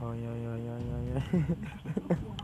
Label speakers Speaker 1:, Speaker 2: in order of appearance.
Speaker 1: 哦哟哟哟哟哟。